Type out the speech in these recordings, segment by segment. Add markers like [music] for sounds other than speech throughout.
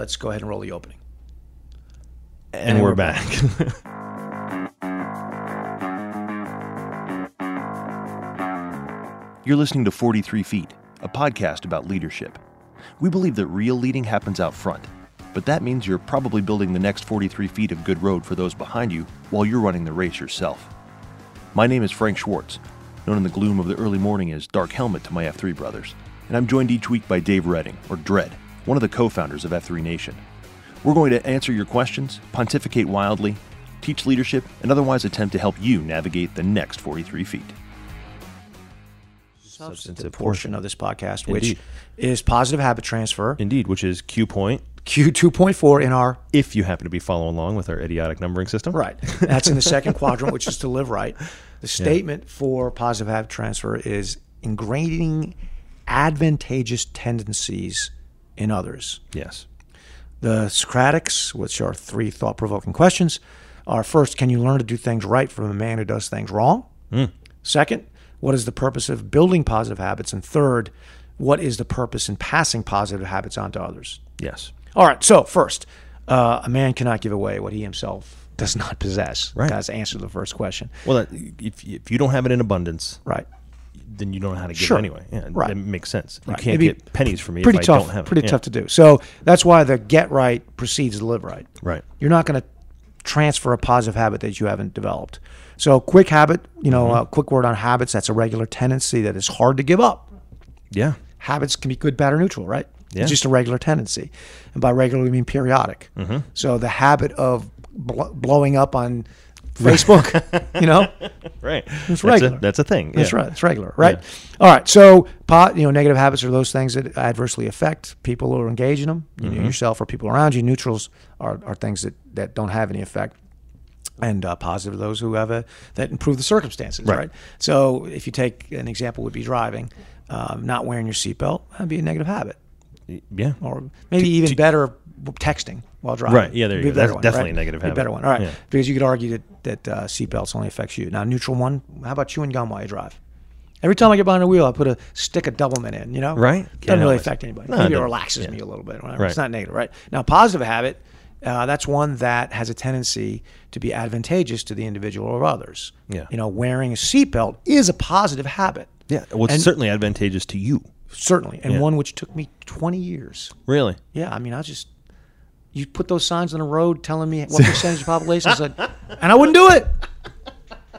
Let's go ahead and roll the opening. And, [laughs] we're, back. You're listening to 43 Feet, a podcast about leadership. We believe that real leading happens out front, but that means you're probably building the next 43 feet of good road for those behind you while you're running the race yourself. My name is Frank Schwartz, known in the gloom of the early morning as Dark Helmet to my F3 brothers, and I'm joined each week by Dave Redding, or Dread, one of the co founders of F3 Nation. We're going to answer your questions, pontificate wildly, teach leadership, and otherwise attempt to help you navigate the next 43 feet. Substantive portion of this podcast, which is positive habit transfer, Indeed, which is Q point. Q2.4 in our If you happen to be following along with our idiotic numbering system, Right. [laughs] That's in the second quadrant, which is to live right. The statement for positive habit transfer is ingraining advantageous tendencies in others. Yes. The Socratics, which are three thought provoking questions, are first, can you learn to do things right from a man who does things wrong? Hmm. Second, what is the purpose of building positive habits? And third, what is the purpose in passing positive habits on to others? Yes. All right. So first, uh, a man cannot give away what he himself does not possess. Right. That's the answer to the first question. Well, that, if if you don't have it in abundance, Right. then you don't know how to get Sure. it anyway. Yeah, Right. That makes sense. You Right. can't It'd be get pennies from me Pretty if tough. I don't have it. pretty Yeah. tough to do. So that's why the get right precedes the live right. Right. You're not going to transfer a positive habit that you haven't developed. So quick habit, you know, a quick word on habits. That's a regular tendency that is hard to give up. Yeah. habits can be good, bad, or neutral, right? Yeah. It's just a regular tendency. And by regular, we mean periodic. So the habit of bl- blowing up on Facebook, you know, Right. That's, regular. A, that's a thing. that's yeah. right. It's regular, right? All right. So, pot, you know, negative habits are those things that adversely affect people who are engaged in them, you Mm-hmm. know, yourself or people around you. Neutrals are, are things that, that don't have any effect. And uh, positive are those who have a that improve the circumstances, right? Right. So, if you take an example, would be driving, um, not wearing your seatbelt, that'd be a negative habit Yeah. or maybe even better texting while driving. Right, yeah, there you Be a go. better That's one, definitely right? a negative Be habit. better one. All right, Yeah. because you could argue that that uh, seatbelts only affects you. Now, neutral one. How about chewing gum while you drive? Every time I get behind the wheel, I put a stick of Doublemint in. You know, Right. Doesn't Can't really help it. affect anybody. No, it maybe it doesn't. relaxes Yeah. me a little bit. Whatever. It's Right. not negative, right? Now, positive habit. Uh, that's one that has a tendency to be advantageous to the individual or others. Yeah. You know, wearing a seatbelt is a positive habit, Yeah. Well, it's And- certainly advantageous to you. certainly, and Yeah. one which took me 20 years Really. yeah, I mean, I just you put those signs on the road telling me what percentage of the population [laughs] said, and I wouldn't do it.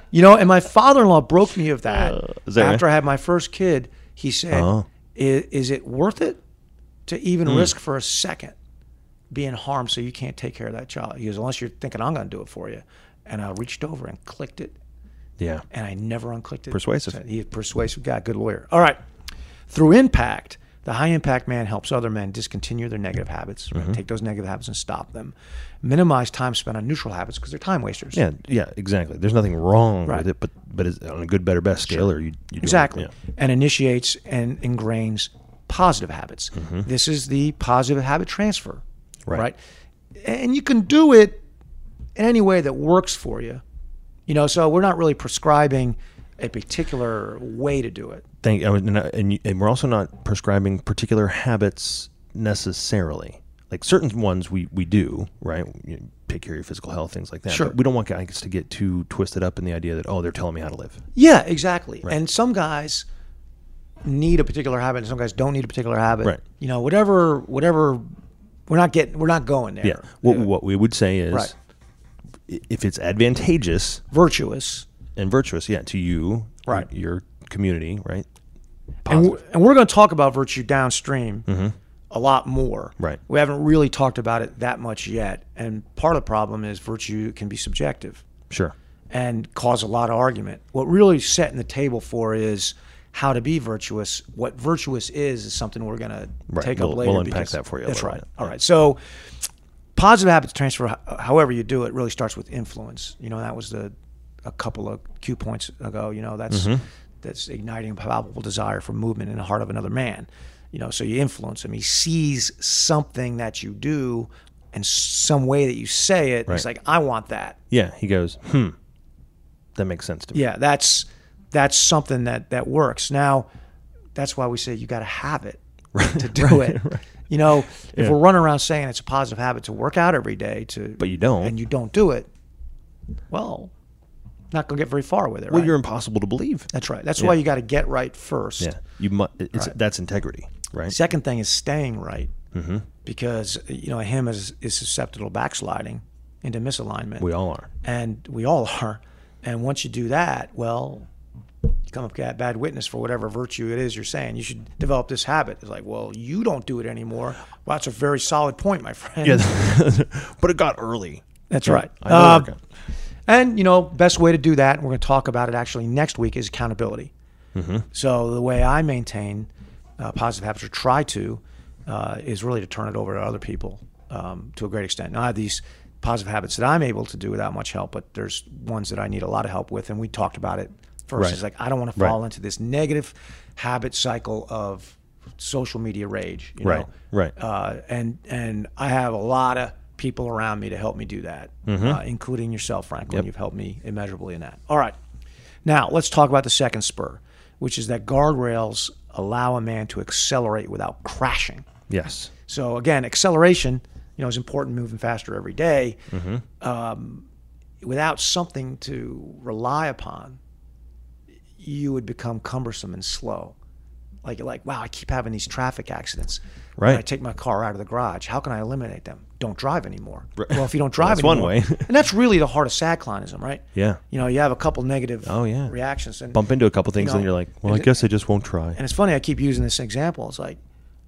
You know, and my father-in-law broke me of that, Uh, is that after I had my first kid. He said, Oh. Hmm. "I- "Is, it worth it to even risk for a second being harmed so you can't take care of that child?" He goes, "Unless you're thinking I'm going to do it for you," and I reached over and clicked it, Yeah. and I never unclicked it. Persuasive. So He's a persuasive guy, good lawyer. All right. Through impact, the high impact man helps other men discontinue their negative habits, Mm-hmm. right? take those negative habits and stop them, minimize time spent on neutral habits because they're time wasters. Yeah. Yeah. Exactly. There's nothing wrong Right. with it, but but it's on a good, better, best scale, or you, you Exactly. Doing, yeah. And initiates and ingrains positive habits. This is the positive habit transfer, Mm-hmm. Right. And you can do it in any way that works for you. You know, so we're not really prescribing a particular way to do it. Thank. I was- And, I- and you- and we're also not prescribing particular habits necessarily. Like certain ones we we do right. You know, take care of your physical health, things like that. Sure. But we don't want guys to get too twisted up in the idea that oh they're telling me how to live. Yeah, exactly. And some guys need a particular habit, and some guys don't need a particular habit. Right. You know, whatever, whatever. We're not getting. We're not going there. Yeah. What what we would say is Right. i- if it's advantageous Virtuous. and virtuous, yeah, to you, Right. your community, right? And we're, and we're going to talk about virtue downstream a lot more. Mm-hmm. Right. We haven't really talked about it that much yet, and part of the problem is virtue can be subjective. Sure. and cause a lot of argument. What really setting the table for is how to be virtuous. What virtuous is is something we're going to Right. take up We'll- later. we'll unpack because- that for you a That's little right. bit. All right. So positive habits transfer, h- however you do it, really starts with influence. You know, that was the a couple of cue points ago. You know, that's Mm-hmm. that's igniting a palpable desire for movement in the heart of another man. You know, so you influence him. He sees something that you do and some way that you say it. and He's Right. like, I want that. Yeah. He goes, hmm, that makes sense to me. yeah that's that's something that that works now that's why we say you got to have it to do it You know, if Yeah. we're running around saying it's a positive habit to work out every day, to But you don't. and you don't do it, well, not gonna get very far with it. well, right? you're impossible to believe. That's right. That's why you got to get right first. Yeah, you must. It's, Right. That's integrity, right? Second thing is staying right, mm-hmm. because you know him is is susceptible to backsliding into misalignment, We all are. and we all [laughs] are. And once you do that, well, you come up with bad witness for whatever virtue it is you're saying. You should develop this habit. It's like, well, you don't do it anymore. Well, that's a very solid point, my friend. [laughs] Yeah, but it got early. that's Yeah, right. I know Uh, it got- And you know, best way to do that, and we're going to talk about it actually next week, is accountability. Mm-hmm. So the way I maintain uh, positive habits, or try to, uh, is really to turn it over to other people um, to a great extent. Now I have these positive habits that I'm able to do without much help, but there's ones that I need a lot of help with, and we talked about it first. Right. It's like I don't want to Right. fall into this negative habit cycle of social media rage. You Right, Know? right. uh, and and I have a lot of people around me to help me do that, Mm-hmm. uh, including yourself, Franklin. You've helped me immeasurably in that. All right, now let's talk about the second spur, which is that guardrails allow a man to accelerate without crashing. Yes. So again, acceleration, you know, is important. Moving faster every day. um, Mm-hmm. without something to rely upon, you would become cumbersome and slow. Like you're like, wow, I keep having these traffic accidents. When Right. I take my car out of the garage. How can I eliminate them? Don't drive anymore. Right. Well, if you don't drive [laughs] That's one anymore, way. and that's really the heart of sadclinism, right? Yeah. You know, you have a couple negative Oh, yeah. reactions and Bump into a couple things, know, and you're like, "Well, I and- guess I just won't try." and it's funny, I keep using this example. It's like,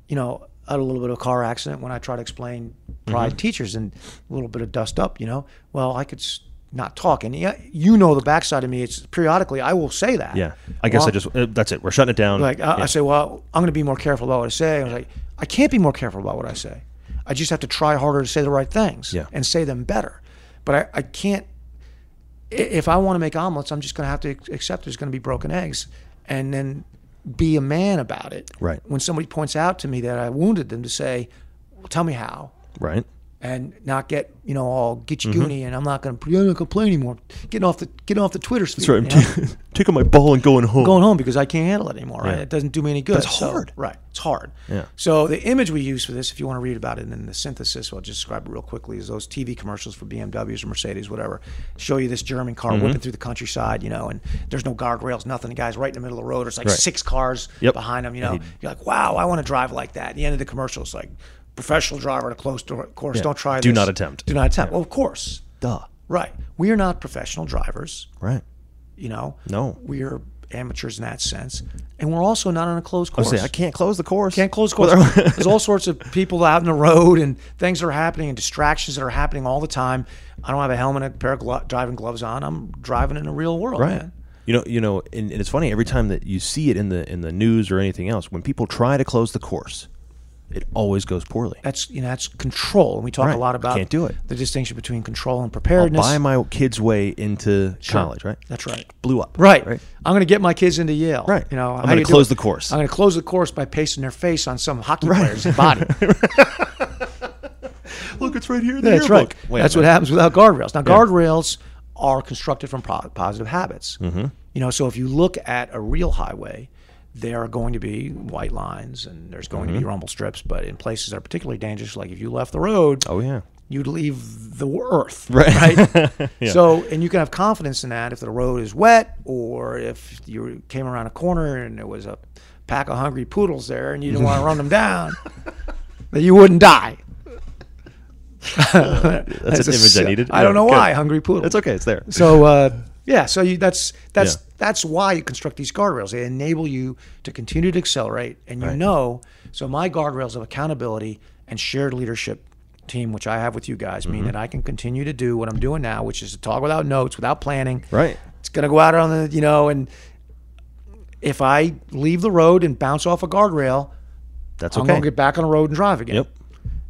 you know, I had a little bit of a car accident when I try to explain pride Mm-hmm. teachers and a little bit of dust up, you know. Well, I could s- not talk. And yeah, you know the backside of me. It's periodically I will say that. yeah. I guess Well, I just. Uh, that's it. We're shutting it down. like uh, I, Yeah. I say, well, I'm going to be more careful about what I say. I was like, I can't be more careful about what I say. I just have to try harder to say the right things Yeah. and say them better. But I, I can't. i- If I want to make omelets, I'm just going to have to ac- accept there's going to be broken eggs, and then be a man about it. Right. When somebody points out to me that I wounded them, to say, well, tell me how, right. and not get you know all gitchy goony, Mm-hmm. and I'm not going to I'm not going to complain anymore. Getting off the getting off the Twitter sphere. Sorry, I'm you know? t- [laughs] taking my ball and going home. going home because I can't handle it anymore. Right? Yeah. It doesn't do me any good. it's So- hard. right. It's hard. Yeah. So the image we use for this, if you want to read about it in the synthesis, I'll just describe it real quickly. Is those TV commercials for BMWs or Mercedes, whatever, show you this German car Mm-hmm. whipping through the countryside, you know, and there's no guardrails, nothing. The guy's right in the middle of the road. There's like Right. six cars Yep. behind him. You know, you're like, wow, I want to drive like that. At the end of the commercial, it's like professional driver at a closed door course. Don't try. Do this. not attempt. Do not attempt. Well, of course. Duh. Right. We are not professional drivers Right. you know No. we're amateurs in that sense and we're also not on a closed I course say I can't close the course. can't close [laughs] course there's all sorts of people out in the road and things that are happening and distractions that are happening all the time i don't have a helmet and a pair of glo- driving gloves on i'm driving in the real world Right. man. You know, you know, and, and it's funny every time that you see it in the in the news or anything else. When people try to close the course, it always goes poorly. that's you know that's control and we talk Right. a lot about Can't do it. the distinction between control and I'll preparedness buy my kid's way into college, right? that's right Blew up. Right. I'm going to get my kids into Yale. Right. You know, I'm how gonna you do close it? the course. I'm going to close the course by pasting their face on some hockey player's [laughs] body. Look, it's right here in That's right. That's what happened. happens without guardrails. Now, guardrails are constructed from po- positive habits. Mm-hmm. You know, so if you look at a real highway, there are going to be white lines and there's going to Mm-hmm. be rumble strips. But in places that are particularly dangerous, like if you left the road, Oh yeah. you'd leave the earth. [laughs] Right. So, and you can have confidence in that if the road is wet or if you came around a corner and there was a pack of hungry poodles there and you didn't want to run them [laughs] down, that you wouldn't die. That's an a image I s- needed. I don't Yeah, know good. why hungry poodles. It's okay. It's there. So uh, yeah, so you, that's that's Yeah. that's why you construct these guardrails. They enable you to continue to accelerate, and you Right. know. So my guardrails of accountability and shared leadership team, which I have with you guys, Mm-hmm. mean that I can continue to do what I'm doing now, which is to talk without notes, without planning. Right. It's gonna go out on the you know, and if I leave the road and bounce off a guardrail, That's I'm okay. gonna get back on the road and drive again Yep.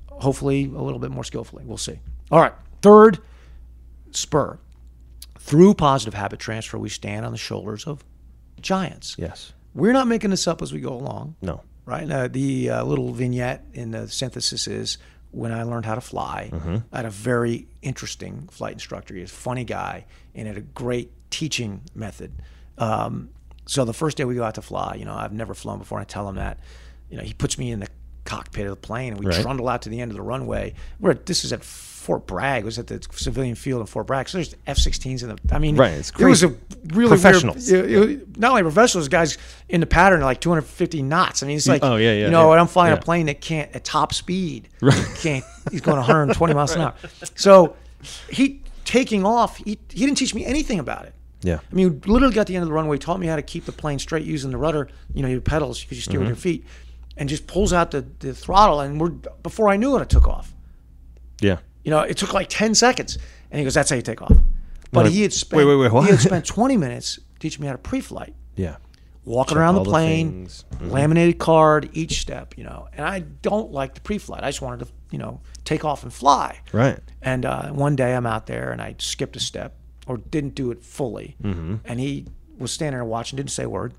hopefully a little bit more skillfully. We'll see. All right. Third spur. Through positive habit transfer, we stand on the shoulders of giants. Yes. We're not making this up as we go along, No. right? Uh, the uh, little vignette in the synthesis is when I learned how to fly. Mm-hmm. I had a very interesting flight instructor. He was a funny guy and had a great teaching method. Um, so the first day we go out to fly, you know, I've never flown before. And I tell him that, you know, he puts me in the cockpit of the plane, and we Right. trundle out to the end of the runway. We're at, this is at Fort Bragg. It was at the civilian field in Fort Bragg. So there's F-16s in the. I mean, Right, it's there was a crazy. really Professionals. Weird, it- it- not only professionals, guys in the pattern like 250 knots. I mean, it's like Oh, yeah, yeah, you know, yeah, and I'm flying yeah. a plane that can't at top [laughs] speed. Right. Can't. He's going 120 miles an hour. So he taking off. He he didn't teach me anything about it. Yeah. I mean, literally got the end of the runway, taught me how to keep the plane straight using the rudder, you know, your pedals because you steer with Mm-hmm. your feet, and just pulls out the, the throttle. And we're before I knew it, it took off. Yeah. You know, it took like 10 seconds. And he goes, That's how you take off. But Like, he had spent, wait, wait, wait, what? He had spent 20 minutes teaching me how to pre flight, Yeah. walking around all the the plane, things. Mm-hmm. laminated card, each step, you know. And I don't like the pre flight. I just wanted to, you know, take off and fly. Right. And uh, one day I'm out there and I skipped a step or didn't do it fully. Mm-hmm. And he was standing there watching, didn't say a word.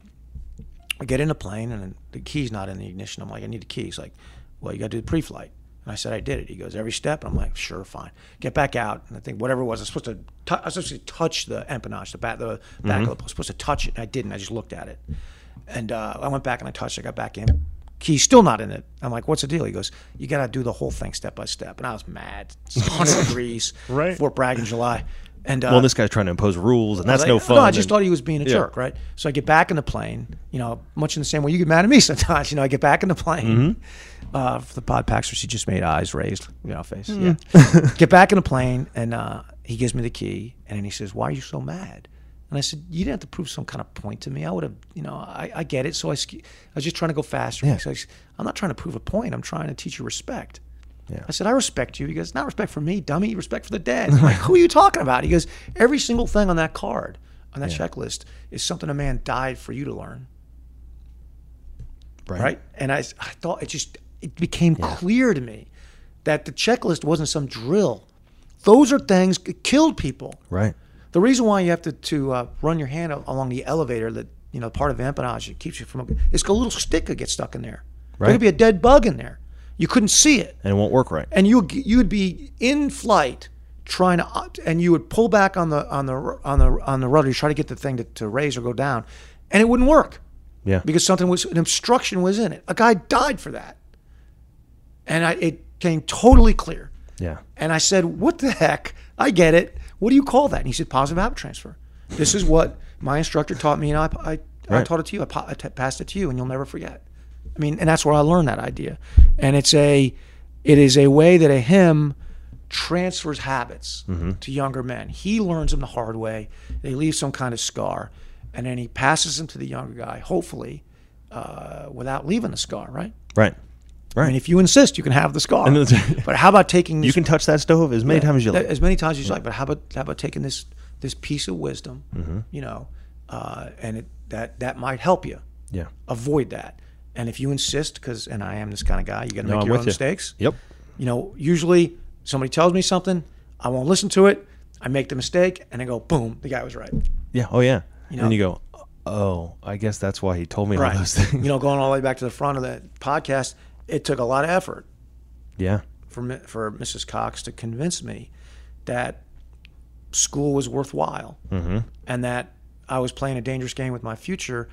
I get in the plane and the key's not in the ignition. I'm like, I need the key. He's like, well, you got to do the pre-flight. And I said, I did it. He goes, every step. And I'm like, sure, fine. Get back out. And I think whatever it was, I was supposed to, tou- I was supposed to touch the empennage, the back, the back Mm-hmm. of the, I was supposed to touch it. And I didn't. I just looked at it. And uh, I went back and I touched. it. I got back in. Key's still not in it. I'm like, what's the deal? He goes, you got to do the whole thing step by step. And I was mad. [laughs] It's [laughs] 100 degrees. Right. Fort Bragg in July. And uh, Well, this guy's trying to impose rules, and that's like, no fun. No, I just and- thought he was being a Yeah. jerk, right? So I get back in the plane, you know, much in the same way you get mad at me [laughs] sometimes. You know, I get back in the plane. Mm-hmm. Uh, for the pod packster, she just made eyes raised, you know, face. Mm. [laughs] Yeah. get back in the plane, and uh, he gives me the key, and then he says, "Why are you so mad?" And I said, "You didn't have to prove some kind of point to me. I would have, you know, I, I get it. So I, ski- I was just trying to go faster. Yeah. So I s- I'm not trying to prove a point. I'm trying to teach you respect." Yeah. I said, I respect you. He goes, not respect for me, dummy, respect for the dead. I'm like, who are you talking about? He goes, every single thing on that card, on that checklist, is something a man died for you to learn. Right. Right. And I, s- I thought it just, it became clear to me that the checklist wasn't some drill. Those are things that killed people. Right. The reason why you have to, to uh, run your hand a- along the elevator that, you know, part of the empennage that keeps you from, it's a little stick that gets stuck in there. Right. There could be a dead bug in there. You couldn't see it And it won't work right. and you you would be in flight trying to opt- and you would pull back on the on the on the on the rudder you try to get the thing to, to raise or go down and it wouldn't work Yeah. because something was an obstruction was in it a guy died for that and I, it came totally clear yeah. and I said, What the heck? I get it. What do you call that? And he said, Positive habit transfer. This is what my instructor taught me, and I, I, I Right. taught it to you. I, pa- I t- passed it to you, and you'll never forget. I mean, and that's where I learned that idea. And it's a, it is a way that a hymn transfers habits Mm-hmm. to younger men. He learns them the hard way. They leave some kind of scar, and then he passes them to the younger guy, hopefully, uh, without leaving the scar. Right. Right. I mean, if you insist, you can have the scar. And it's- but how about taking this You can touch that stove as many times as you that- like. As many times as you like. But how about how about taking this this piece of wisdom, Mm-hmm. you know, uh, and it, that that might help you Yeah. avoid that. And if you insist, because and I am this kind of guy, you got to No, make I'm your with own you. mistakes. Yep. You know, usually somebody tells me something, I won't listen to it. I make the mistake, and I go, boom, the guy was right. Yeah. Oh yeah. know- and you go, oh, I guess that's why he told me all those Right. you [laughs] things. know, going all the way back to the front of the podcast, it took a lot of effort. yeah. for mi- for Mrs. Cox to convince me that school was worthwhile Mm-hmm. and that I was playing a dangerous game with my future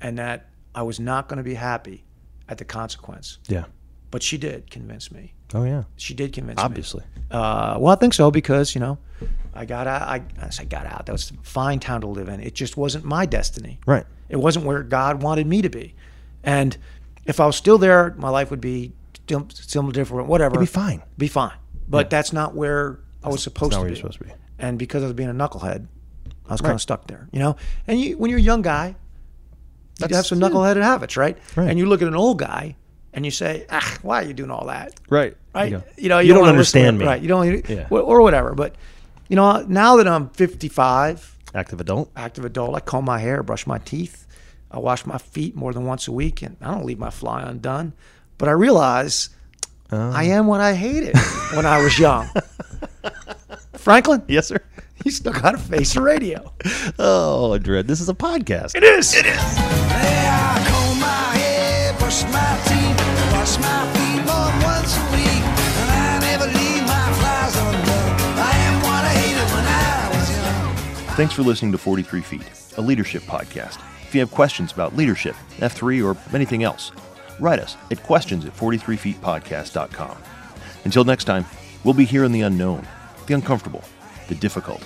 and that I was not going to be happy at the consequence. Yeah. But she did convince me. Oh yeah. She did convince Obviously. me. Uh, well, I think so because, you know, I got out. I, I said got out. That was a fine town to live in. It just wasn't my destiny. Right. It wasn't where God wanted me to be. And if I was still there, my life would be still, still different, whatever It'd be fine. be fine. But that's not where I was supposed not to where be. you're supposed to be. And because I was being a knucklehead, I was kind Right. of stuck there, you know. And you, when you're a young guy, you have That's- some knuckleheaded habits, right? Right. And you look at an old guy and you say, "Ah, why are you doing all that?" Right. Right? You, go, You know, you, you, don't, wanna listen to understand it, me. right? You don't, Yeah. or- or whatever. But you know, now that I'm 55, Active adult. [laughs] active adult, I comb my hair, brush my teeth, I wash my feet more than once a week, and I don't leave my fly undone. But I realize I am what I hated when I was young. Franklin, Yes, sir. [laughs] you still got to face the radio. Oh, Dread. This is a podcast. It is. It is. I comb my hair, brush my teeth, wash my feet more than once a week, and I never leave my flies undone. I am what I hated when I was young. Thanks for listening to 43 Feet, a leadership podcast. If you have questions about leadership, F3, or anything else, write us at questions at 43feetpodcast.com. Until next time, we'll be here in the unknown, the uncomfortable, the difficult,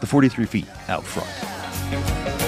the 43 feet out front. Thank you.